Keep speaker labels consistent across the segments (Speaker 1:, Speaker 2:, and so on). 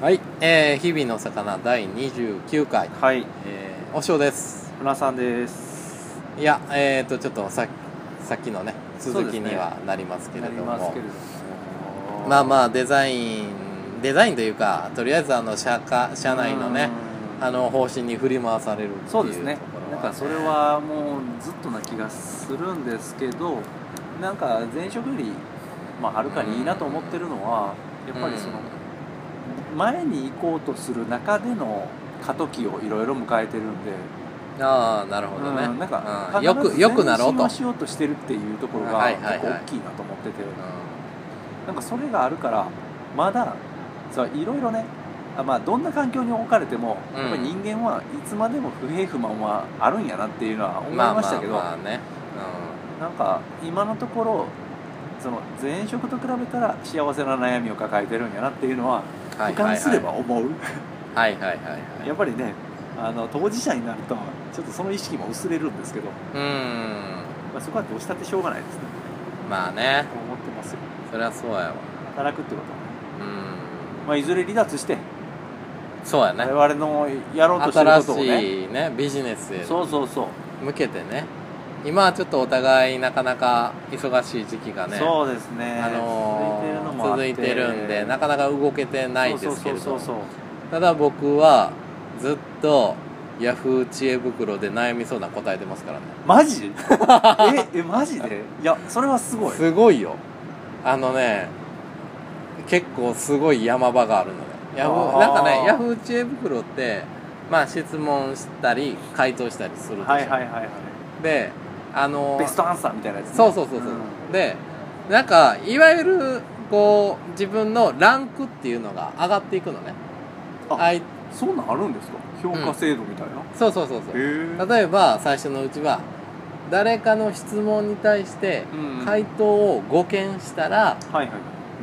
Speaker 1: はい、えー、日々の魚第29回、
Speaker 2: はい、
Speaker 1: えー、お塩です
Speaker 2: 船さんです。
Speaker 1: いやえー、とちょっとささっきのね続きにはなりますけれ
Speaker 2: な
Speaker 1: ど
Speaker 2: り
Speaker 1: も
Speaker 2: ますけれども、
Speaker 1: まあま
Speaker 2: あ
Speaker 1: あデザインデザインというかとりあえずあの社か社内のね、あ、の方針に振り回されるっていうとこ
Speaker 2: そ
Speaker 1: ろ
Speaker 2: うですね。なんかそれはもうずっとな気がするんですけど、なんか前職よりまあはるかにいいなと思ってるのは、やっぱりその、前に行こうとする中での過渡期をいろいろ迎えてるんで、
Speaker 1: ああなるほどね、
Speaker 2: うんなんか、
Speaker 1: うんよくよくなろうと、
Speaker 2: しようとしてるっていうところが
Speaker 1: はい
Speaker 2: 結
Speaker 1: はいはい
Speaker 2: 構大きいなと思ってて。なんかそれがあるからまだそういろいろねあまあどんな環境に置かれても、
Speaker 1: うん
Speaker 2: やっぱり人間はいつまでも不平不満はあるんやなっていうの
Speaker 1: う
Speaker 2: は思
Speaker 1: ん
Speaker 2: い
Speaker 1: まあ
Speaker 2: ま
Speaker 1: ま
Speaker 2: した
Speaker 1: あ
Speaker 2: けど、
Speaker 1: まあね、
Speaker 2: なんか今のところその前職と比べたら幸せな悩みを抱えてるんやなっていうのは
Speaker 1: うん、は
Speaker 2: 俯
Speaker 1: いは
Speaker 2: 瞰
Speaker 1: い
Speaker 2: す
Speaker 1: は
Speaker 2: れ
Speaker 1: い
Speaker 2: ば思う、
Speaker 1: はいはいはいはい
Speaker 2: やっぱりねあの当事者になるとちょっとその意識も薄れるんですけど、
Speaker 1: うーん
Speaker 2: まあ、そこはどうしたってしょうがないですね
Speaker 1: まあね
Speaker 2: と思ってますよ
Speaker 1: そりゃそうやわ
Speaker 2: 働くってことは、
Speaker 1: うん
Speaker 2: まあ、いずれ離脱して
Speaker 1: そうやね
Speaker 2: 我々のやろうとしてる
Speaker 1: 新
Speaker 2: ことをね
Speaker 1: しいねビジネスへ
Speaker 2: そうそうそう、
Speaker 1: 向けてね今はちょっとお互いなかなか忙しい時期がね
Speaker 2: そうですね
Speaker 1: あのー続いてるんでなかなか動けてないですけれ
Speaker 2: そう
Speaker 1: ど
Speaker 2: そうそう
Speaker 1: ただ僕はずっとヤフー知恵袋で悩みそうな答え出ますからね
Speaker 2: そう マジええマジでいやそれはすごい
Speaker 1: すごいよあのね結構すごい山場があるのねヤフ
Speaker 2: あ
Speaker 1: ー
Speaker 2: ー
Speaker 1: なんかねヤフー知恵袋ってまあ質問したり回答したりするでしょ、
Speaker 2: はいはいはいはい
Speaker 1: であの
Speaker 2: ベストアンサーみたいなやつね、
Speaker 1: そうそうそうそう、
Speaker 2: ん
Speaker 1: でなんかいわゆるこう自分のランクっていうのが上がっていくのね
Speaker 2: あ
Speaker 1: あい
Speaker 2: そんなんあるんですか評価制度みたいな、
Speaker 1: そうそうそうそう
Speaker 2: へえ
Speaker 1: 例えば最初のうちは誰かの質問に対して
Speaker 2: うん
Speaker 1: 回答を5件したら、
Speaker 2: はいはい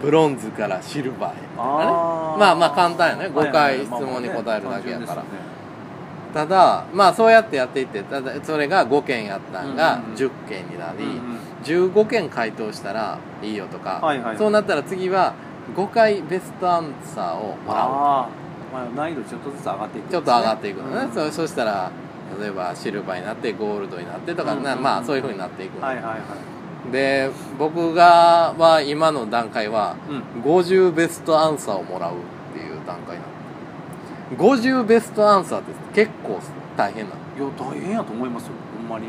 Speaker 1: ブロンズからシルバーへみたいなね
Speaker 2: あー
Speaker 1: まあまあ簡単やね
Speaker 2: はいはい
Speaker 1: 誤解
Speaker 2: まあまあね
Speaker 1: 質問に答えるだけやから
Speaker 2: 単純ですよね
Speaker 1: ただまあそうやってやっていってただそれが5件やったん
Speaker 2: う
Speaker 1: が
Speaker 2: んうんうん
Speaker 1: 10件になり、
Speaker 2: うんうん
Speaker 1: 15件回答したらいいよとか、
Speaker 2: はいはい
Speaker 1: そうなったら次は5回ベストアンサーをもらう
Speaker 2: あーまあ難易度ちょっとずつ上がっていくんですね、
Speaker 1: ちょっと上がっていくのね、
Speaker 2: うん
Speaker 1: そうそしたら例えばシルバーになってゴールドになってとか、
Speaker 2: うんうんうん
Speaker 1: まあそういうふうになっていくの、
Speaker 2: はいはいはい
Speaker 1: で僕がは今の段階は
Speaker 2: うん
Speaker 1: 50ベストアンサーをもらうっていう段階なの50ベストアンサーって結構大変なの
Speaker 2: いや大変やと思いますよほんまに、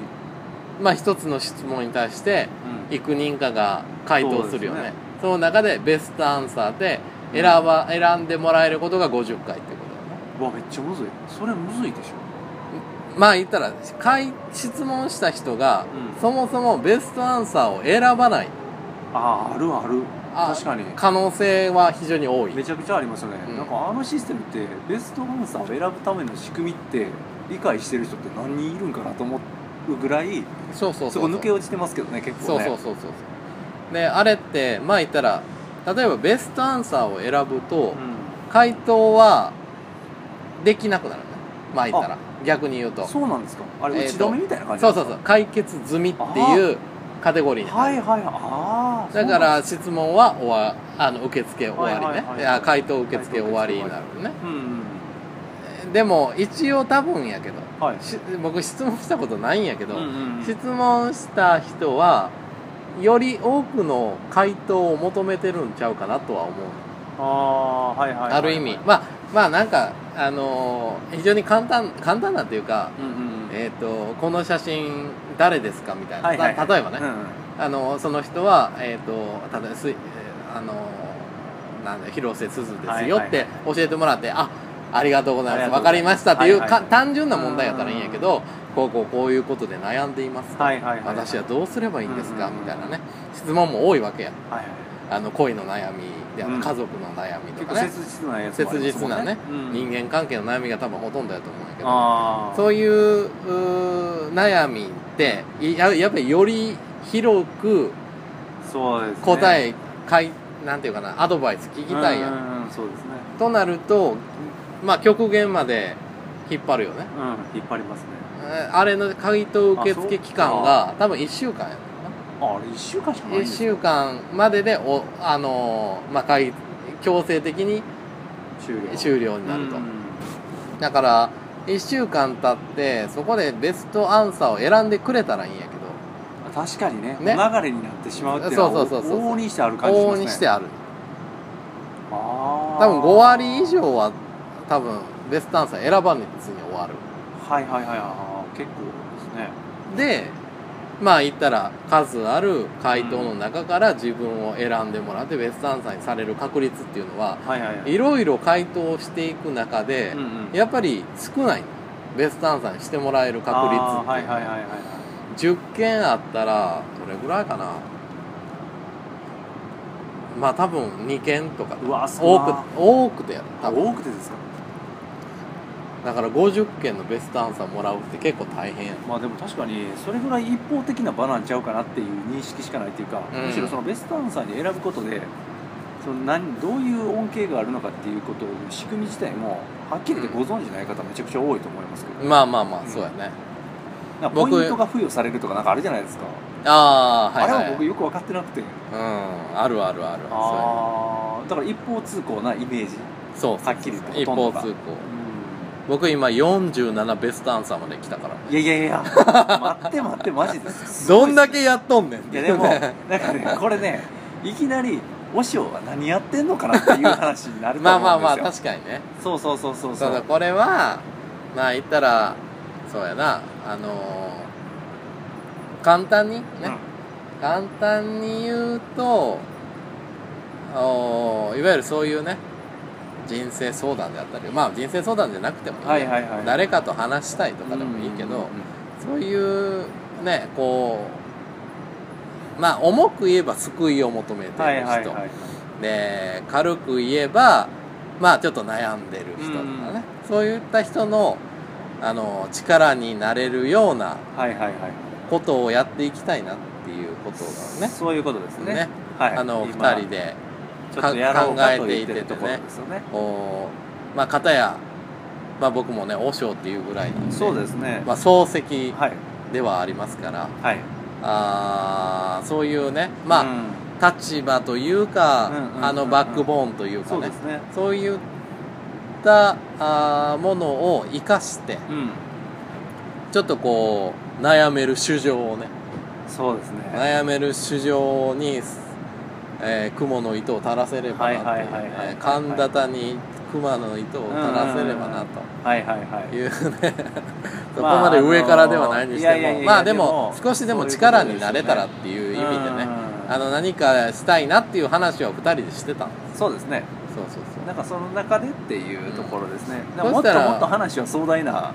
Speaker 1: まあ一つの質問に対して
Speaker 2: うん
Speaker 1: 幾人かが回答するよねそ
Speaker 2: そうですね
Speaker 1: の中でベストアンサーで選ば、選んでもらえることが50回ってことだよね
Speaker 2: うわめっちゃむずいそれむずいでしょ
Speaker 1: まあ言ったら回質問した人が、
Speaker 2: うん
Speaker 1: そもそもベストアンサーを選ばない
Speaker 2: あああるある
Speaker 1: あ
Speaker 2: 確かに
Speaker 1: 可能性は非常に多い
Speaker 2: めちゃくちゃありますよね、
Speaker 1: うん
Speaker 2: なんかあのシステムってベストアンサーを選ぶための仕組みって理解してる人って何人いるんかなと思うぐらい
Speaker 1: そうそうそう
Speaker 2: そこ抜け落ちてますけどね結
Speaker 1: そ
Speaker 2: 構
Speaker 1: う
Speaker 2: ね
Speaker 1: そうそうそうそうであれってまあ言ったら例えばベストアンサーを選ぶと、回答はできなくなるねまあ言ったら逆に言う
Speaker 2: う
Speaker 1: と
Speaker 2: ん、そうなんですかあれ
Speaker 1: え
Speaker 2: 打
Speaker 1: ー
Speaker 2: ち
Speaker 1: と
Speaker 2: 止めみたいな感じ
Speaker 1: そ
Speaker 2: なん
Speaker 1: う
Speaker 2: で
Speaker 1: そう
Speaker 2: すか
Speaker 1: そう解決済みっていうカテゴリーに入
Speaker 2: は
Speaker 1: る
Speaker 2: いはいああ
Speaker 1: だから質問は終わあの受付終わりね、
Speaker 2: はいはいはい
Speaker 1: いや回答受付終わりになるね
Speaker 2: うんうん
Speaker 1: でも一応多分やけど
Speaker 2: はい
Speaker 1: し僕質問したことないんやけど、
Speaker 2: うんうん
Speaker 1: 質問した人はより多くの回答を求めてるんちゃうかなとは思う、
Speaker 2: ああはいはいはいはい
Speaker 1: ある意味まあまあなんかあのー非常に簡単簡単なんていうか
Speaker 2: うんうん
Speaker 1: えっ、とこの写真誰ですかみたいな、
Speaker 2: はいはいはい
Speaker 1: た例えばね、
Speaker 2: うんうん
Speaker 1: あのその人は、えー、と例えばすいあのなんだ広瀬すずですよ
Speaker 2: は
Speaker 1: っ
Speaker 2: いはい
Speaker 1: て教えてもらって、あありがとうございま
Speaker 2: あ
Speaker 1: す分
Speaker 2: りがと
Speaker 1: か
Speaker 2: うござ
Speaker 1: り
Speaker 2: いま
Speaker 1: ますしたっていう、
Speaker 2: はいはい
Speaker 1: か単純な問題やったらいいんやけどこうこうこういうことで悩んでいます、
Speaker 2: はいはいはいはい
Speaker 1: 私はどうすればいいんですか、
Speaker 2: うんうんうん
Speaker 1: みたいなね質問も多いわけや
Speaker 2: はいはい
Speaker 1: あの恋の悩みである、
Speaker 2: うん
Speaker 1: 家族の悩みと
Speaker 2: 結
Speaker 1: か
Speaker 2: 構
Speaker 1: ね
Speaker 2: 切実なやつもあ
Speaker 1: 切
Speaker 2: ります
Speaker 1: 実
Speaker 2: もんね
Speaker 1: なね、
Speaker 2: うん
Speaker 1: 人間関係の悩みが多分ほとんどやと思うんやけど
Speaker 2: ああ
Speaker 1: そういううー悩みっていややっぱりより広く
Speaker 2: そうですね
Speaker 1: 答え、かいなんていうかなアドバイス聞きたいやん
Speaker 2: うんうんうんそうですね
Speaker 1: となるとまあ極限まで引っ張るよね
Speaker 2: うん引っ張りますね
Speaker 1: えあれの回答受付期間が多分1週間や
Speaker 2: ああれ1週間しか
Speaker 1: な
Speaker 2: な
Speaker 1: 1
Speaker 2: いんですね
Speaker 1: 週間まででおあのーまあ回強制的に
Speaker 2: 終了
Speaker 1: 終了になると、
Speaker 2: うん
Speaker 1: だから1週間経ってそこでベストアンサーを選んでくれたらいいんやけ
Speaker 2: あ確かにね
Speaker 1: ね
Speaker 2: お流れになってしまうっていうのは
Speaker 1: そうそうそうそう
Speaker 2: 往々にしてある
Speaker 1: ど
Speaker 2: 感じし
Speaker 1: 往
Speaker 2: ま
Speaker 1: 々
Speaker 2: すね
Speaker 1: にしてある
Speaker 2: あー
Speaker 1: 多分5割以上は多分ベストアンサー選ばねずに終わる
Speaker 2: はいはいはいはい結構ですね
Speaker 1: でまあ言ったら数ある回答の中から自分を選んでもらってベストアンサーにされる確率っていうのは
Speaker 2: はいはいはい
Speaker 1: いろいろ回答をしていく中で
Speaker 2: うん、うん
Speaker 1: やっぱり少ないベストアンサーにしてもらえる確率
Speaker 2: あーはい
Speaker 1: って
Speaker 2: はいはいはいはい
Speaker 1: 10件あったらどれぐらいかなまあ多分2件とか
Speaker 2: うわす
Speaker 1: 多
Speaker 2: ご
Speaker 1: く多くてやる多分
Speaker 2: 多くてですか
Speaker 1: だから50件のベストアンサーもらうって結構大変やん
Speaker 2: まあでも確かにそれぐらい一方的な場なんちゃうかなっていう認識しかないっていうか、
Speaker 1: うん
Speaker 2: むしろそのベストアンサーに選ぶことでその何どういう恩恵があるのかっていうことの仕組み自体もはっきりとご存じない方めちゃくちゃ多いと思いますけど、
Speaker 1: まあまあま
Speaker 2: う
Speaker 1: あ
Speaker 2: ん
Speaker 1: そうやね、
Speaker 2: なんかポ
Speaker 1: 僕
Speaker 2: イントが付与されるとかなんかあるじゃないですか、
Speaker 1: ああはいはい
Speaker 2: あれは僕よく分かってなくて
Speaker 1: うんあるあるあるそ
Speaker 2: あーだから一方通行なイメージ、
Speaker 1: うやねそうそう
Speaker 2: はっきり言って
Speaker 1: 一
Speaker 2: ほと
Speaker 1: 方
Speaker 2: んどが
Speaker 1: 通行僕今47ベストアンサーまで来たから
Speaker 2: いやいやい や待って待ってマジです
Speaker 1: どんだけやっとんねんっ
Speaker 2: い
Speaker 1: て
Speaker 2: やで もなんかねこれねいきなりお塩は何やってんのかなっていう話になると
Speaker 1: ま
Speaker 2: 思
Speaker 1: あ
Speaker 2: うんですよ
Speaker 1: まあまあ確かにね
Speaker 2: そうそうそうそうそ
Speaker 1: そう
Speaker 2: う
Speaker 1: だこれはまあ言ったらそうやなあのー簡単にね、簡単に言うとおーいわゆるそういうね人生相談であったりまあ人生相談じゃなくてもいいね、
Speaker 2: はいはいはい
Speaker 1: 誰かと話したいとかでもいいけど、そういうねこうまあ重く言えば救いを求めている人、
Speaker 2: はいはいはい
Speaker 1: で軽く言えばまあちょっと悩んでる人とかね、そういった人のあの力になれるような
Speaker 2: はいはいはい
Speaker 1: ことをやっていきたいなっていうことだね
Speaker 2: そういうことですね
Speaker 1: ね
Speaker 2: はい
Speaker 1: あの
Speaker 2: 今
Speaker 1: 2人で
Speaker 2: ちょっとやろうかと
Speaker 1: 考えて
Speaker 2: 言
Speaker 1: い
Speaker 2: ってて
Speaker 1: てね
Speaker 2: るところですよね
Speaker 1: こうまあ片や、まあ、僕もね和尚っていうぐらいなんで
Speaker 2: そうですね
Speaker 1: まあ、漱石
Speaker 2: はい
Speaker 1: ではありますから
Speaker 2: はい
Speaker 1: あーそういうねまあ、
Speaker 2: うん
Speaker 1: 立場というか、
Speaker 2: うんうんうんうん
Speaker 1: あのバックボーンというか
Speaker 2: そう
Speaker 1: ね
Speaker 2: ですね
Speaker 1: そういったあーものを生かして
Speaker 2: うん
Speaker 1: ちょっとこう悩める衆生をね
Speaker 2: そうですね
Speaker 1: 悩める衆生に、えー、雲の糸を垂らせればなという
Speaker 2: はいはいはいはいはい
Speaker 1: ね神田田に熊の糸を垂らせればなと
Speaker 2: はいはいはい
Speaker 1: いうね そこ
Speaker 2: まあ
Speaker 1: まで上からではないにし
Speaker 2: あのいや
Speaker 1: て
Speaker 2: いやい
Speaker 1: も
Speaker 2: や
Speaker 1: まあで
Speaker 2: で
Speaker 1: も
Speaker 2: も
Speaker 1: 少しでも
Speaker 2: そういうこと
Speaker 1: 力になれたらって
Speaker 2: で
Speaker 1: いう意味で
Speaker 2: う
Speaker 1: ね
Speaker 2: ん
Speaker 1: あの何かしたいなっていう話を2人でしてたんで
Speaker 2: そうですね
Speaker 1: すそうそうそう
Speaker 2: なんかその中でっていうところですね、
Speaker 1: ん
Speaker 2: なんかもっ
Speaker 1: そし
Speaker 2: と
Speaker 1: たら
Speaker 2: もっと話は壮大な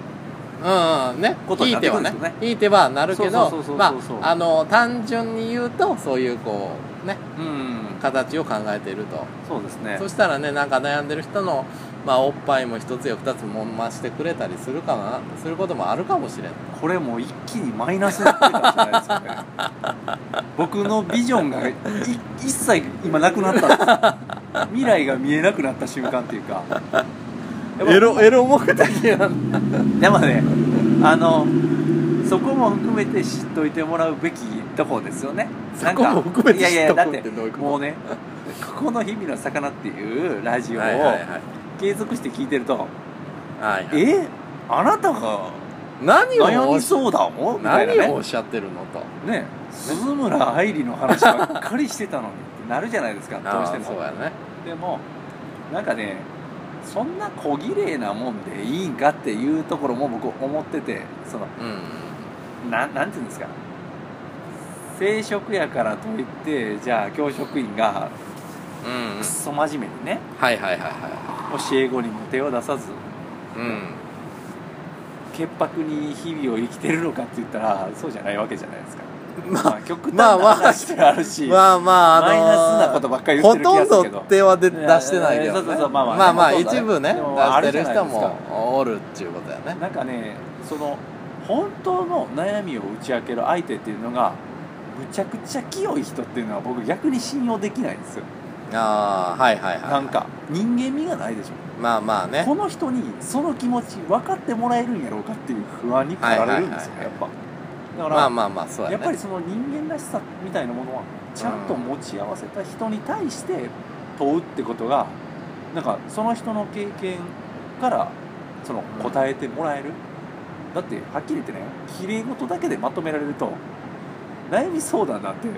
Speaker 1: うんうんね
Speaker 2: ことに
Speaker 1: い
Speaker 2: なっ
Speaker 1: い手
Speaker 2: てく
Speaker 1: は
Speaker 2: るん
Speaker 1: ね
Speaker 2: ですよね
Speaker 1: いい手はなるけど
Speaker 2: そうそうそうそう
Speaker 1: ま
Speaker 2: そう
Speaker 1: ああの単純に言うとそういうこうね
Speaker 2: うん
Speaker 1: 形を考えていると
Speaker 2: そうですね
Speaker 1: そしたらねなんか悩んでる人の、まあ、おっぱいも一つや二つも増してくれたりするかなすることもあるかもしれん
Speaker 2: これもう一気にマイナスになってたんじゃないですかね 僕のビジョンがい一切今なくなった んです未来が見えなくなった瞬間っていうかやっぱ
Speaker 1: ロエロ目的なんだ
Speaker 2: でもねあのそこも含めて知っといてもらうべきとこですよね
Speaker 1: そこも含めて
Speaker 2: なんかいやいやだっ
Speaker 1: 知っとくって
Speaker 2: て
Speaker 1: どういうこと
Speaker 2: もうねここの「日々の魚」っていうラジオを
Speaker 1: はいはいはい
Speaker 2: 継続して聞いてると、
Speaker 1: はいはい
Speaker 2: えあなたが
Speaker 1: 何を
Speaker 2: 悩
Speaker 1: おっ
Speaker 2: み
Speaker 1: し
Speaker 2: 相談をみたいな
Speaker 1: 何をお
Speaker 2: ね
Speaker 1: っしゃってるのと
Speaker 2: ね鈴村愛理の話ばっかりしてたのにってなるじゃないですかどうし て
Speaker 1: あーそう
Speaker 2: も
Speaker 1: やね
Speaker 2: でもなんかねそんな小綺麗なもんでいいんかっていうところも僕思っててその
Speaker 1: うん
Speaker 2: なんなんていうんですか聖職やからといってじゃあ教職員が
Speaker 1: うん
Speaker 2: クソ真面目にね
Speaker 1: はいはいはいは
Speaker 2: 教え子にも手を出さず
Speaker 1: いうん
Speaker 2: 潔白に日々を生きてるのかって言ったらそうじゃないわけじゃないですか
Speaker 1: まあ
Speaker 2: まあ極端
Speaker 1: まあ
Speaker 2: な
Speaker 1: まあ
Speaker 2: 話であるし、
Speaker 1: まあまあ、あのー、
Speaker 2: マイナスなことばっかり言ってる気がするけど
Speaker 1: ほとんど手は出出してないけど、ね、
Speaker 2: そうそうそうまあまあ
Speaker 1: まあまあ
Speaker 2: ほとんどね
Speaker 1: 一部ね
Speaker 2: でもあ
Speaker 1: 出し
Speaker 2: る
Speaker 1: て
Speaker 2: じ
Speaker 1: る
Speaker 2: ゃない
Speaker 1: 人
Speaker 2: ですか
Speaker 1: もおるっていうことやね
Speaker 2: なんかねその本当の悩みを打ち明ける相手っていうのがむちゃくちゃ清い人っていうのは僕逆に信用できないんですよ
Speaker 1: ああはいはいはい
Speaker 2: なんか人間味がないでしょ
Speaker 1: まあまあね
Speaker 2: この人にその気持ち分かってもらえるんやろうかっていう不安に駆られるんですよ、
Speaker 1: はいはいはい
Speaker 2: やっぱだから、
Speaker 1: まあまあまあそうやね
Speaker 2: やっぱりその人間らしさみたいなものはちゃんと持ち合わせた人に対して問うってことがなんかその人の経験からその答えてもらえる、だってはっきり言ってねきれい事だけでまとめられると悩み相談なんて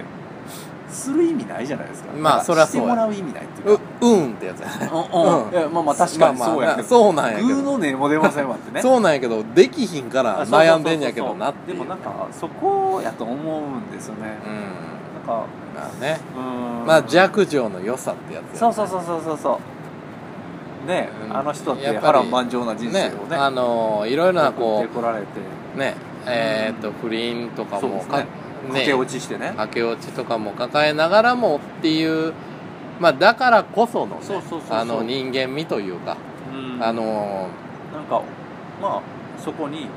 Speaker 2: する意味ないじゃないですか
Speaker 1: まあ
Speaker 2: なんか
Speaker 1: そりゃそう
Speaker 2: して
Speaker 1: や
Speaker 2: もらう意味ないっていう
Speaker 1: う
Speaker 2: か
Speaker 1: うんってやつやね
Speaker 2: うん
Speaker 1: うん
Speaker 2: いやまあまあ確かにそうやけど、
Speaker 1: そうなんやけ
Speaker 2: グー
Speaker 1: ど
Speaker 2: の音も出ませんわって ね
Speaker 1: そうなんやけどできひんから悩んでんやけどな
Speaker 2: あ
Speaker 1: っ
Speaker 2: そう
Speaker 1: ていう
Speaker 2: そうそうそうでもなんかそこやと思うんですよね
Speaker 1: う、ん
Speaker 2: なんか
Speaker 1: まあね
Speaker 2: うん
Speaker 1: まあ弱情の良さってやつやね
Speaker 2: そうそうそうそうそうそうねえ、
Speaker 1: うん
Speaker 2: あの人だって
Speaker 1: やっぱり
Speaker 2: 波乱万丈な人生を
Speaker 1: ね
Speaker 2: ね
Speaker 1: あのーいろいろなこ
Speaker 2: 送ってこられて
Speaker 1: うねえーっと不倫とか
Speaker 2: そう
Speaker 1: も
Speaker 2: ですね
Speaker 1: か
Speaker 2: 駆け落ちしてね
Speaker 1: 駆け落ちとかも抱えながらもっていうまあだからこそのね
Speaker 2: そうそうそうそう
Speaker 1: あの人間味というか
Speaker 2: うん
Speaker 1: あの
Speaker 2: なんかまあそこに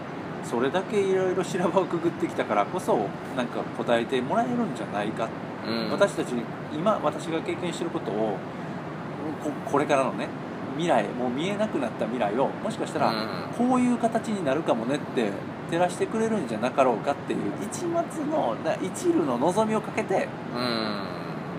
Speaker 2: それだけいろいろ修羅場をくぐってきたからこそなんか答えてもらえるんじゃないか、
Speaker 1: ーうん
Speaker 2: 私たちに今私が経験してることをここれからのね未来もう見えなくなった未来をもしかしたら、
Speaker 1: うん
Speaker 2: こういう形になるかもねって照らしてくれるんじゃなかろうかっていう一末のな一縷の望みをかけて
Speaker 1: うん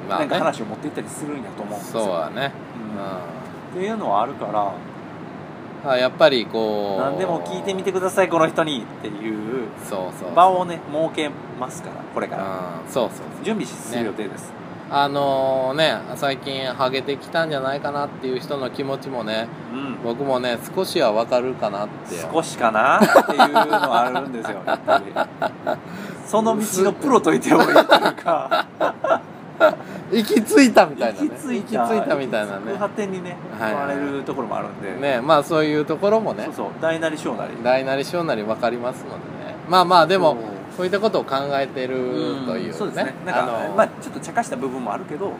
Speaker 1: ま
Speaker 2: な
Speaker 1: あ
Speaker 2: んか
Speaker 1: ね
Speaker 2: 話を持っていったりするんやと思うんですよ
Speaker 1: そうだね
Speaker 2: う
Speaker 1: う
Speaker 2: んっていうのはあるから
Speaker 1: んあやっぱりこう
Speaker 2: 何でも聞いてみてくださいこの人にっていう
Speaker 1: そうそう
Speaker 2: 場をね設けますからこれから
Speaker 1: うんそうそうそう
Speaker 2: 準備する予定です、
Speaker 1: あのーね最近ハゲてきたんじゃないかなっていう人の気持ちもね
Speaker 2: うん
Speaker 1: 僕もね少しはわかるかなって
Speaker 2: 少しかなっていうのはあるんですよやっぱり その道のプロと言ってもいいというか
Speaker 1: 行き着いたみたいなね
Speaker 2: 行き着いた
Speaker 1: 行きいたみたいな
Speaker 2: 行き着く
Speaker 1: ね
Speaker 2: 果てにね
Speaker 1: はい
Speaker 2: 取られるところもあるんで、
Speaker 1: ねまあそういうところもね
Speaker 2: そうそう大なり小なり
Speaker 1: 大なり小なり分かりますのでねまあまあでもそういったことを考えてると
Speaker 2: うん
Speaker 1: いうね
Speaker 2: そうですねなん
Speaker 1: あ
Speaker 2: か
Speaker 1: の
Speaker 2: まあちょっと茶化した部分もあるけど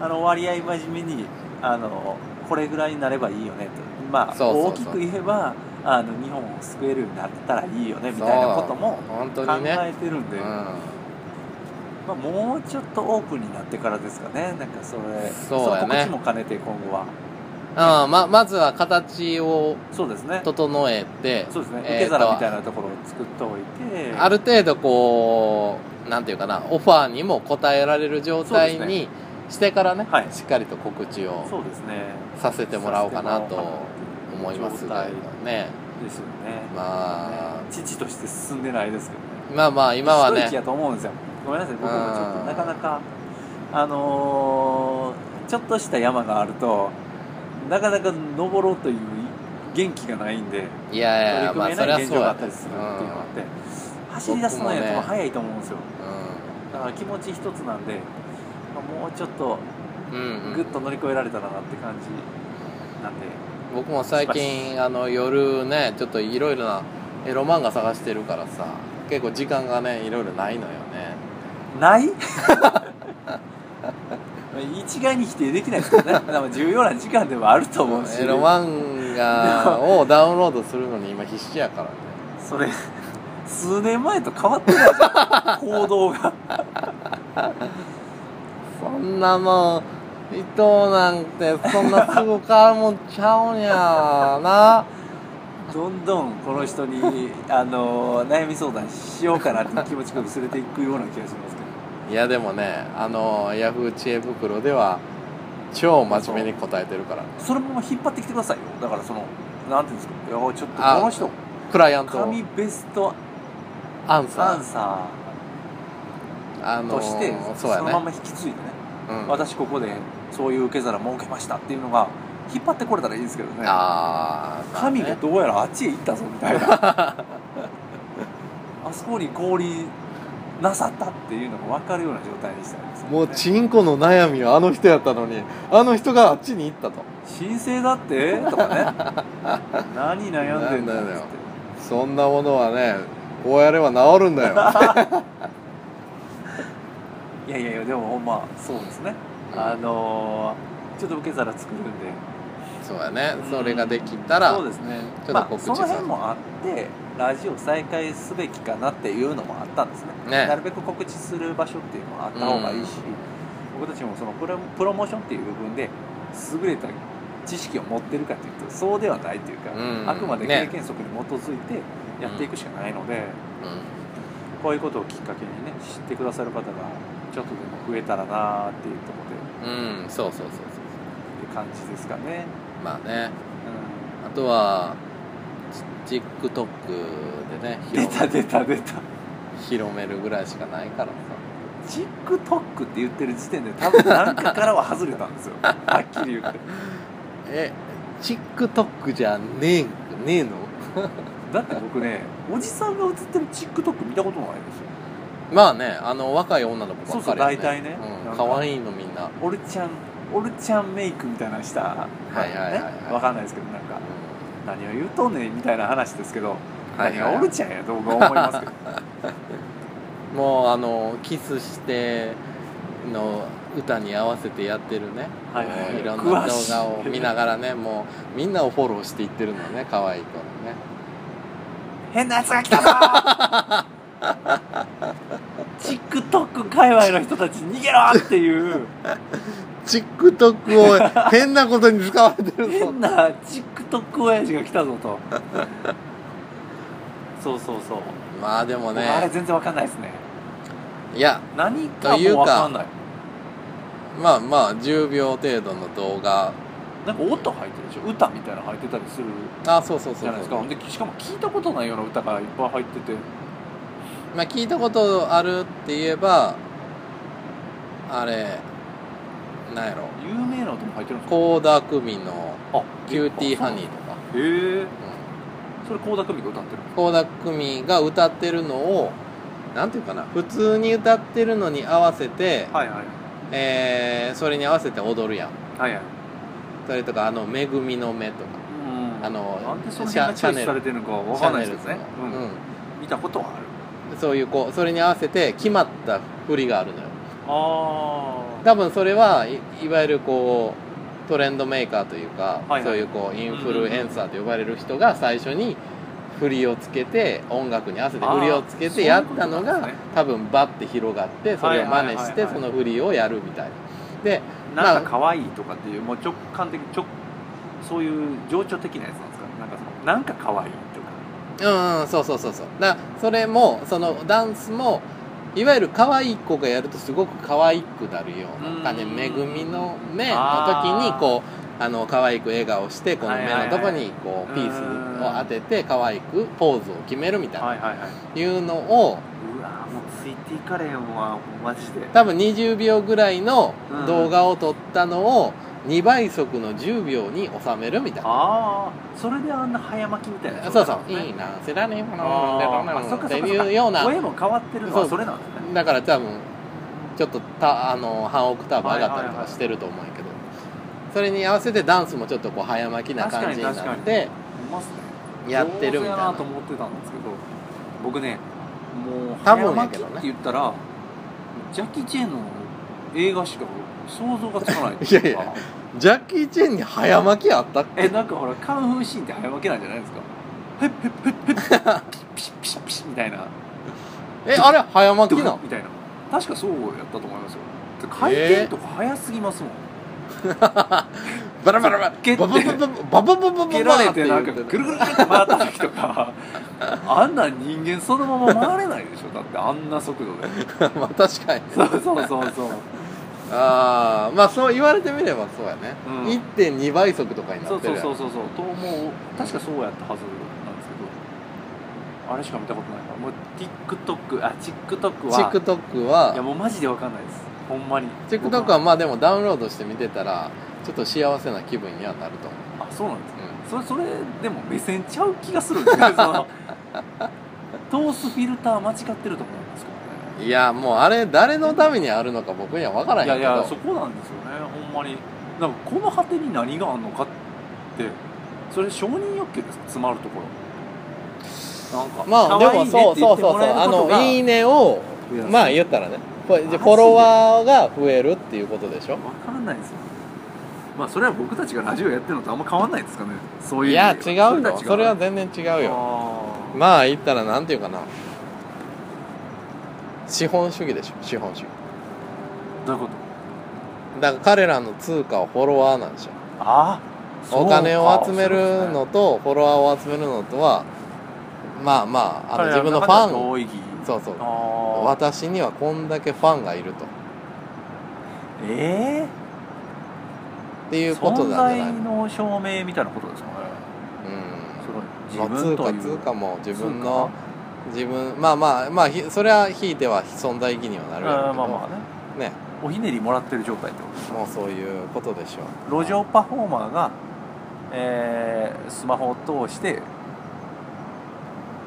Speaker 2: あの割合真面目にあのこれぐらいになればいいよねとまあ
Speaker 1: そうそうそう
Speaker 2: 大きく言えばあの日本を救えるようになったらいいよねみたいなことも
Speaker 1: そう本
Speaker 2: 考
Speaker 1: 当にね
Speaker 2: えてるん
Speaker 1: う
Speaker 2: で、
Speaker 1: ん
Speaker 2: まあ、もうちょっとオープンになってからですかねなんかそれ
Speaker 1: そうやね
Speaker 2: の告知も兼ねて今後は
Speaker 1: あままずは形を
Speaker 2: そうですね
Speaker 1: 整えて
Speaker 2: そうですね、
Speaker 1: えーと
Speaker 2: 受け皿みたいなところを作っておいて
Speaker 1: ある程度こうなんていうかなオファーにも応えられる状態
Speaker 2: そう
Speaker 1: にしてからね
Speaker 2: はい
Speaker 1: しっかりと告知を
Speaker 2: そうですね
Speaker 1: させてもらおうかなと
Speaker 2: させてもらおうか
Speaker 1: 思います
Speaker 2: 状
Speaker 1: が
Speaker 2: 態
Speaker 1: ね
Speaker 2: ですよね
Speaker 1: まあ
Speaker 2: 父として進んでないですけどね
Speaker 1: まあまあ今は
Speaker 2: 一息
Speaker 1: ね
Speaker 2: やと思うんですよごめんなさい僕もちょっ
Speaker 1: う
Speaker 2: と
Speaker 1: ん
Speaker 2: なかなかあのーちょっとした山があるとなかなか登ろうという元気がないんで
Speaker 1: いやいやま
Speaker 2: 取
Speaker 1: あそれはい
Speaker 2: り組めな現
Speaker 1: そう
Speaker 2: 状があ
Speaker 1: や
Speaker 2: ったりするっていうのがあって、走
Speaker 1: 僕もね
Speaker 2: り出すのやつも早いと思うんですよ
Speaker 1: う
Speaker 2: だから気持ち一つなんでもうちょっと
Speaker 1: んうんう
Speaker 2: ぐっ
Speaker 1: ん
Speaker 2: と乗り越えられたらなって感じなんで、
Speaker 1: 僕も最近あの夜ねちょっといろいろなエロ漫画探してるからさ結構時間がねいろいろないのよね
Speaker 2: ない一概に否定できないですけどねでも重要な時間でもあると思うし
Speaker 1: エロ漫画をダウンロードするのに今必死やからね
Speaker 2: それ数年前と変わってないじゃん行動が
Speaker 1: そんなもん伊藤なんてそんなすぐ変わるもんちゃうんやな
Speaker 2: どんどんこの人にあの悩み相談しようかなっていう気持ちが薄れていくような気がしますけど
Speaker 1: いやでもねあのヤフー知恵袋では超真面目に答えてるから
Speaker 2: それも引っ張ってきてくださいよだからそのなんていうんですかいやちょっと
Speaker 1: あ
Speaker 2: この人
Speaker 1: クライアント
Speaker 2: 神ベスト
Speaker 1: アンサ
Speaker 2: アン
Speaker 1: ー
Speaker 2: サ
Speaker 1: あ
Speaker 2: ー
Speaker 1: の
Speaker 2: として
Speaker 1: そ
Speaker 2: そう
Speaker 1: や
Speaker 2: の
Speaker 1: ね
Speaker 2: まま引き継いでね
Speaker 1: うん
Speaker 2: 私ここでそういう受け皿設けましたっていうのが引っ張ってこれたらいいですけどね
Speaker 1: あー
Speaker 2: 神がどうやらあっちへ行ったぞみたいな あそこに合理なさったっていうのが分かるような状態でしたね
Speaker 1: もうチンコの悩みはあの人やったのにあの人があっちに行ったと
Speaker 2: 神聖だってとかね 何悩んでんだ
Speaker 1: な
Speaker 2: よ
Speaker 1: ん
Speaker 2: っ
Speaker 1: だ
Speaker 2: つ
Speaker 1: よ
Speaker 2: って
Speaker 1: そんなものはねこうやれば治るんだよ
Speaker 2: いやいやいやでもほんまそうですね、
Speaker 1: うん
Speaker 2: あのーちょっと受け皿作るんで
Speaker 1: そうやねそれができたら
Speaker 2: そうですね
Speaker 1: ちょっと
Speaker 2: まあ、
Speaker 1: 告知
Speaker 2: その
Speaker 1: さ
Speaker 2: 辺もあってラジオ再開すべきかなっていうのもあったんですね
Speaker 1: ね
Speaker 2: なるべく告知する場所っていうのはあった方がいいし、僕たちもそのプロプロモーションっていう部分で優れた知識を持ってるかというとそうではないというか、
Speaker 1: うん
Speaker 2: あくまで経
Speaker 1: ね
Speaker 2: 験則に基づいてやっていくしかないので、こういうことをきっかけにね知ってくださる方がちょっとでも増えたらなっていうところで
Speaker 1: うん、うん、そうそうそうそう
Speaker 2: って感じですかね、
Speaker 1: まあね
Speaker 2: う
Speaker 1: あとはち TikTok で ね
Speaker 2: ん、出た
Speaker 1: 広
Speaker 2: 出た出た
Speaker 1: 広めるぐらいしかないからさ
Speaker 2: TikTok って言ってる時点で多分何かからは外れたん ですよはっきり言って
Speaker 1: え TikTok じゃねえんねえの
Speaker 2: だって僕ねおじさんが映ってる TikTok 見たことないですよ
Speaker 1: まあねあの若い女の子ばっかりよ、
Speaker 2: そうそう大体ね
Speaker 1: う
Speaker 2: なん
Speaker 1: ん、
Speaker 2: か
Speaker 1: かわいいのみんな、うん
Speaker 2: オルちゃんオルちゃんメイクみたいなのしたはい
Speaker 1: はいはいはい
Speaker 2: わかんないですけどなんか何を言うとんねんみたいな話ですけど、
Speaker 1: はいはい
Speaker 2: 何がオルちゃんやと僕は思いますけ ど
Speaker 1: もうあのキスしての歌に合わせてやってるね、
Speaker 2: はいはいはい
Speaker 1: もうろんな
Speaker 2: 詳
Speaker 1: 動
Speaker 2: しい
Speaker 1: 画を見ながらねもうみんなをフォローしていってるのね可愛い子のね
Speaker 2: 変なやつが来たぞー TikTok 界隈の人たち逃げろっていう
Speaker 1: TikTok を変なことに使われてるぞ
Speaker 2: 変な TikTok 親父が来たぞとそうそうそう、
Speaker 1: まあでも
Speaker 2: 僕あれ
Speaker 1: ね
Speaker 2: 全然わかんないですね
Speaker 1: いや
Speaker 2: 何かもうわかんない
Speaker 1: まあまあ10秒程度の動画
Speaker 2: なんか音入ってるでしょ歌みたいなの入ってたりする
Speaker 1: あそうそう
Speaker 2: じ
Speaker 1: そう
Speaker 2: ゃないですか
Speaker 1: そ
Speaker 2: ほ
Speaker 1: うん
Speaker 2: でしかも聞いたことないような歌がいっぱい入ってて
Speaker 1: まあ聞いたことあるって言えばあれなんやろ
Speaker 2: 有名な音も入ってるんですか
Speaker 1: 倖田來未の
Speaker 2: あ
Speaker 1: 「キューティーハニー」と
Speaker 2: へ
Speaker 1: か
Speaker 2: え
Speaker 1: うん
Speaker 2: それ倖田來未が歌ってるんです
Speaker 1: 倖田來未が歌ってるのをなんていうかな普通に歌ってるのに合わせて、
Speaker 2: かはいはい
Speaker 1: えーそれに合わせて踊るやん
Speaker 2: はいはい
Speaker 1: それとかあの「めぐみの目」とか
Speaker 2: うん
Speaker 1: あの
Speaker 2: なんでその辺がチョイスされてるのかわかんないですけどね
Speaker 1: シャ、
Speaker 2: う
Speaker 1: ネルズの
Speaker 2: ん見たことはある
Speaker 1: うんそういうこうそれに合わせて決まった振りがあるのよ
Speaker 2: あ
Speaker 1: 多分それはいいわゆるこうトレンドメーカーというか、
Speaker 2: はいはい
Speaker 1: そういうこうインフルエンサーと呼ばれる人が最初に振りをつけて音楽に合わせて振りをつけてやったの
Speaker 2: あーそう
Speaker 1: が
Speaker 2: いうことなんですね
Speaker 1: 多分バッて広がってそれを真似し
Speaker 2: はいはいはい
Speaker 1: て
Speaker 2: はい
Speaker 1: その振りをやるみたいなで
Speaker 2: あなんか可愛いとかっていうもう直感的直そういう情緒的なやつなんですかねなんかそのなんか可愛いとか
Speaker 1: うん、うん、そうそうそうそうだからそれもそのダンスもいわゆる可愛い子がやるとすごく可愛くなるような感じ
Speaker 2: う
Speaker 1: で「
Speaker 2: ん
Speaker 1: 恵みの目」の時
Speaker 2: あー
Speaker 1: にこうあの可愛く笑顔してこの
Speaker 2: はい
Speaker 1: 目
Speaker 2: はいはい
Speaker 1: のとこにこうピースを当てて可愛くポーズを決めるみたい
Speaker 2: はいはいはい
Speaker 1: ないうのを
Speaker 2: うわーもうついていかれへんわマジで
Speaker 1: 多分20秒ぐらいの
Speaker 2: うん
Speaker 1: 動画を撮ったのを2倍速の10秒に収めるみたいな。
Speaker 2: ああそれであんな早巻きみたいな
Speaker 1: そうそう、
Speaker 2: い
Speaker 1: いいな、せらねえも
Speaker 2: あーあそ
Speaker 1: の、
Speaker 2: っか
Speaker 1: っ
Speaker 2: そ
Speaker 1: て
Speaker 2: っか
Speaker 1: いうような。
Speaker 2: 声も変わってるの
Speaker 1: そ
Speaker 2: は
Speaker 1: う
Speaker 2: それなんですね
Speaker 1: だから多分ちょっとたあの半オクターブ上がったりとかしてると思うんやけど、それに合わせてダンスもちょっとこう早巻きな感じにな
Speaker 2: 確か
Speaker 1: っ
Speaker 2: に確
Speaker 1: て
Speaker 2: うますね
Speaker 1: やってるみたい
Speaker 2: 上手や
Speaker 1: な
Speaker 2: と思ってたんですけど僕ねもう
Speaker 1: 多
Speaker 2: 早
Speaker 1: 分や
Speaker 2: 巻
Speaker 1: け
Speaker 2: き
Speaker 1: ど
Speaker 2: っ
Speaker 1: ね
Speaker 2: て言ったらジャッキー・チェンの映画しか想像がつかないってうか
Speaker 1: いやいやジャッキー・チェンに早巻きあったっけ
Speaker 2: えなんかほらカンフーシーンって早巻きなんじゃないですかヘッヘッヘッヘッピシッピシッピシッみたいな
Speaker 1: えあれ早巻きなの
Speaker 2: みたいな確かそうやったと思いますよ回転とか早すぎますもん、
Speaker 1: バラバラバラ
Speaker 2: 蹴って
Speaker 1: バババババババババ
Speaker 2: 蹴
Speaker 1: バ
Speaker 2: られ
Speaker 1: って
Speaker 2: てなんか
Speaker 1: 言う
Speaker 2: ぐるぐるぐるって回った時と かあんなん人間そのまま回れないでしょだってあんな速度で
Speaker 1: まあ確かに
Speaker 2: そうそうそうそう
Speaker 1: ああまあそう言われてみればそうやね、
Speaker 2: うん
Speaker 1: 1.2倍速とかに
Speaker 2: そ
Speaker 1: な
Speaker 2: う
Speaker 1: って
Speaker 2: そ
Speaker 1: る
Speaker 2: う
Speaker 1: やん
Speaker 2: そうそうそうと思う確かそうやったはずなんですけどあれしか見たことないからもう TikTok あ TikTok は
Speaker 1: TikTok
Speaker 2: い
Speaker 1: は
Speaker 2: やもうマジでわかんないですほんまに
Speaker 1: TikTok はまあでもダウンロードして見てたらちょっと幸せな気分にはなると思う
Speaker 2: あそうなんです
Speaker 1: うん
Speaker 2: それそれでも目線ちゃう気がするんで すよその通すフィルター間違ってると思いますけど
Speaker 1: いやもうあれ誰のためにあるのか僕には分からへ
Speaker 2: ね
Speaker 1: ん
Speaker 2: い
Speaker 1: け
Speaker 2: や
Speaker 1: ど
Speaker 2: いやそこなんですよねほんまになんかこの果てに何があるのかってそれ承認欲求ですか詰まるところなんか
Speaker 1: まあで
Speaker 2: 可愛い
Speaker 1: も
Speaker 2: ね
Speaker 1: そう
Speaker 2: って言
Speaker 1: そ
Speaker 2: っ
Speaker 1: う
Speaker 2: て
Speaker 1: そうそ
Speaker 2: も
Speaker 1: う
Speaker 2: らえ
Speaker 1: あ
Speaker 2: ることが
Speaker 1: の「いいね」を
Speaker 2: いや
Speaker 1: まあ言ったらねこれ
Speaker 2: マ
Speaker 1: フ
Speaker 2: ジで
Speaker 1: ォロワーが増えるっていうことでしょ
Speaker 2: わからないですよまあそれは僕たちがラジオやってるのとあんま変わんないですかねそういう
Speaker 1: い
Speaker 2: 意
Speaker 1: や
Speaker 2: 味
Speaker 1: 違
Speaker 2: で
Speaker 1: う
Speaker 2: は
Speaker 1: よそれは全然違うよ
Speaker 2: あー
Speaker 1: まあ言ったらなんていうかな資本主義でしょ資本主義
Speaker 2: どういうこと
Speaker 1: だから彼らの通貨はフォロワーなんでしょ
Speaker 2: ああ
Speaker 1: お金を集めるのとフォロワーを集めるのとはまあまああの自分のファン
Speaker 2: ン
Speaker 1: そうそう
Speaker 2: ああ
Speaker 1: 私にはこんだけファンがいると
Speaker 2: ええ
Speaker 1: っていうことなん
Speaker 2: 存
Speaker 1: じゃない
Speaker 2: 在の証明みたいなことですかねその
Speaker 1: うんまあ
Speaker 2: 自
Speaker 1: 通
Speaker 2: 分と
Speaker 1: 貨
Speaker 2: いう
Speaker 1: 通貨も自分の
Speaker 2: 通
Speaker 1: 自分まあまあまあひそれはひいては存在意義にはなるやろう
Speaker 2: 貨
Speaker 1: け
Speaker 2: あー
Speaker 1: ど
Speaker 2: まあまあね
Speaker 1: ね
Speaker 2: おひねりもらってる状態ってことです
Speaker 1: もうそういうことでしょう
Speaker 2: 路上パフォーマーが、えースマホを通して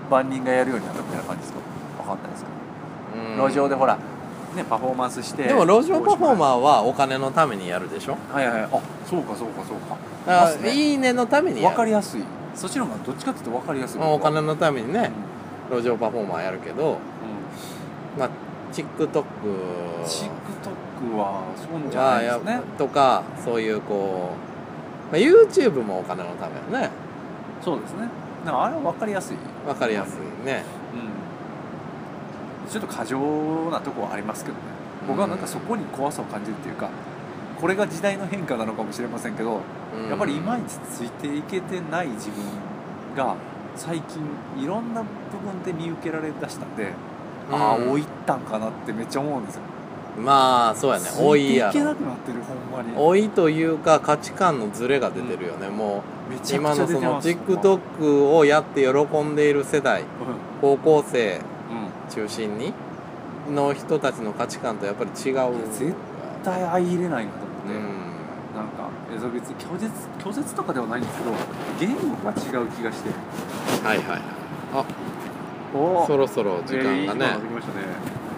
Speaker 2: 万人がやるようになったみたいな感じですかわかんないですけ
Speaker 1: うん
Speaker 2: ど路上でほらねパフォーマンスして
Speaker 1: でも路上パフォーマ
Speaker 2: ー
Speaker 1: ーはお金のためにやるでしょ
Speaker 2: はいはいはいあそうかそうかそうか
Speaker 1: だ
Speaker 2: ます
Speaker 1: から
Speaker 2: ね
Speaker 1: いいねのためにや
Speaker 2: わ
Speaker 1: る
Speaker 2: かりやすいそっちの方がどっちかっていうとわかりやすい
Speaker 1: まあお金
Speaker 2: ね、
Speaker 1: のために
Speaker 2: うん
Speaker 1: ね路上パフォーマーやるけどまあ TikTok
Speaker 2: うん、TikTok はそうじゃ
Speaker 1: ま
Speaker 2: な
Speaker 1: あ
Speaker 2: いで
Speaker 1: や
Speaker 2: すね
Speaker 1: とかそういうこう、まあ、YouTube もお金のためよね
Speaker 2: そうですねなんかあれはわかりやすい
Speaker 1: わかりやすいね
Speaker 2: うんちょっと過剰なとこはありますけどね僕はなんかそこに怖さを感じるっていうかこれが時代の変化なのかもしれませんけど、
Speaker 1: うん
Speaker 2: やっぱりいまいちついていけてない自分が最近いろんな部分で見受けられだしたんで、
Speaker 1: うん
Speaker 2: ああ老いったんかなってめっちゃ思うんですよ
Speaker 1: まあそうやね老いや
Speaker 2: ついていけ
Speaker 1: ろ
Speaker 2: なくなってるほんまに
Speaker 1: 老いというか価値観のズレが出てるよね、も
Speaker 2: め
Speaker 1: う
Speaker 2: ちゃ
Speaker 1: 今
Speaker 2: くちゃ
Speaker 1: の
Speaker 2: 出
Speaker 1: そ
Speaker 2: てま
Speaker 1: の
Speaker 2: す
Speaker 1: TikTok をやって喜んでいる世代高校生
Speaker 2: うん、うん、
Speaker 1: 中心にの人たちの価値観とやっぱり違う
Speaker 2: 絶絶対相入れないなと思っ
Speaker 1: う
Speaker 2: て、
Speaker 1: ん
Speaker 2: なんかえそれ別に拒絶拒絶とかではないんですけど言語が違う気がして
Speaker 1: はいはいはい
Speaker 2: お
Speaker 1: そろそろ時間がね、
Speaker 2: できましたね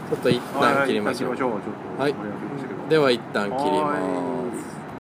Speaker 1: ちょっと一旦切りましょう、
Speaker 2: はい一旦切りましょうちょっと
Speaker 1: はい
Speaker 2: 盛り上がりましたけど
Speaker 1: では一旦切ります